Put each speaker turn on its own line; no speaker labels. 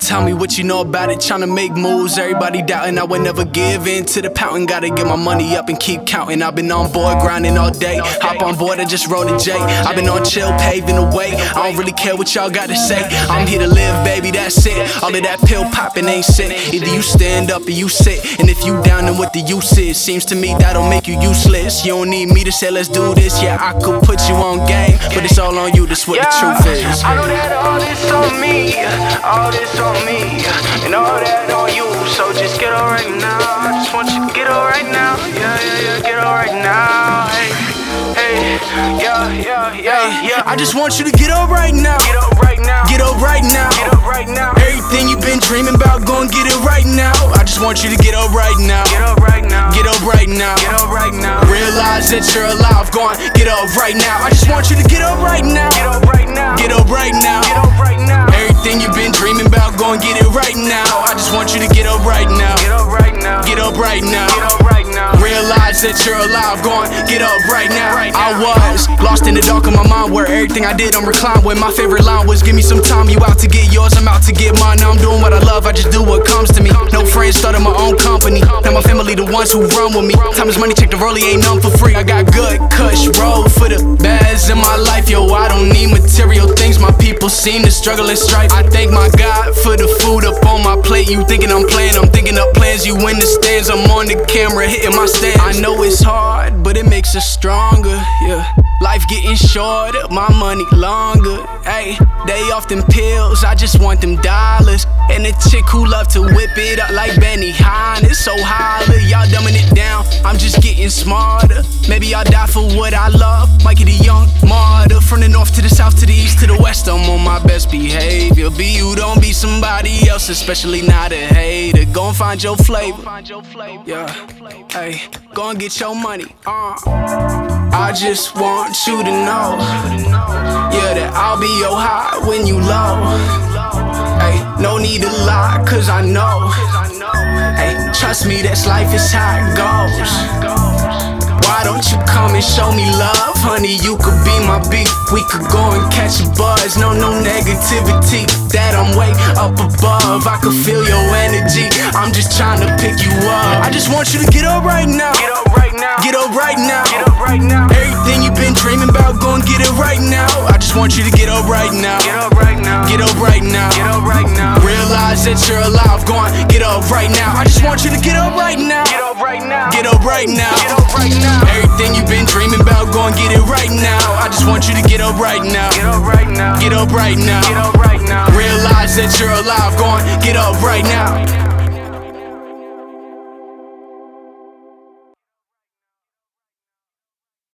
Tell me what you know about it, tryna make moves. Everybody doubting I would never give in to the pouting. Gotta get my money up and keep counting. I've been on board grinding all day. Hop on board, I just rode a J. I've been on chill, paving the way. I don't really care what y'all gotta say. I'm here to live, baby, that's it. All of that pill popping ain't shit. Either you stand up or you sit. And if you down, then what the use is? Seems to me that'll make you useless. You don't need me to say, let's do this. Yeah, I could put you on game, but it's all on you, that's what
Yeah,
the truth is.
I know that all this on me, all this on me, and all that on you. So just get all right now. I just want you to get all right now. Yeah, yeah, yeah, get all right now. Hey, hey, yeah, yeah, yeah, yeah.
I just want you to get up right now.
get up right now.
Get up right now.
Get up right now.
Everything you've been dreaming about, gon' get it right now. I just want you to get up right now.
Get up right now.
Get up right now.
Get up right now.
Realize that you're alive, gon' get up right now. I just want you to get up right now.
Get up right now.
Get up right now.
Get up right now.
Everything you've been dreaming about, gon' get it right now. I just want you to get up right now.
Get up right now.
Get up right
Get
now.
up right now.
Realize that you're alive, going, get up right now.
Right
I
now.
was lost in the dark of my mind where everything I did I'm reclined. When my favorite line was, Give me some time, you out to get yours, I'm out to get mine. Now I'm doing what I love, I just do what comes to me. No friends, started my own company. Now my family, the ones who run with me. Time is money, check the rollie, ain't none for free. I got good cush, roll for the bads in my life, yo. I don't need material things, my people seem to struggle and strife. I thank my God for the food up on my plate. You thinking I'm playing, I'm thinking up plans. You in the stands, I'm on the camera hitting my stance. I know it's hard, but it makes us stronger, yeah. Life getting shorter, my money longer. Ayy, they off them pills, I just want them dollars. And the chick who love to whip it up like Benny Hines. So holler, y'all dumbing it down. I'm just getting smarter. Maybe I'll die for what I love. Mikey the young martyr. From the north to the south to the east to the west, I'm on my best behavior. Be you, don't be somebody else, especially not a hater. Go and find your flavor. Yeah, hey, go and get your money. Uh. I just want you to know, yeah, that I'll be your high when you low. Hey, no need to lie, cause I know. Hey, trust me, that's life is how it goes. Why don't you come and show me love, honey? You could be my beat. We could go and catch a buzz. No, no negativity. That I'm way up above. I could feel your energy. I'm just trying to pick you up. I just want you to get up right now.
Get up right now.
Get up right now.
Get up right now.
Everything you've been dreaming about, go and get it right now. I just want you to get up right now.
Get up right now.
Get up right now.
Get up right now.
Realize that you're alive, go on, get up right now. I just want you to get up right now.
Get up right now.
Get up right now.
Get up right now.
Everything you've been dreaming about, go and get it right now. I just want you to get up right now.
Get up right now.
Get up right now.
Get up right now.
Realize that you're alive, go on, get up right now.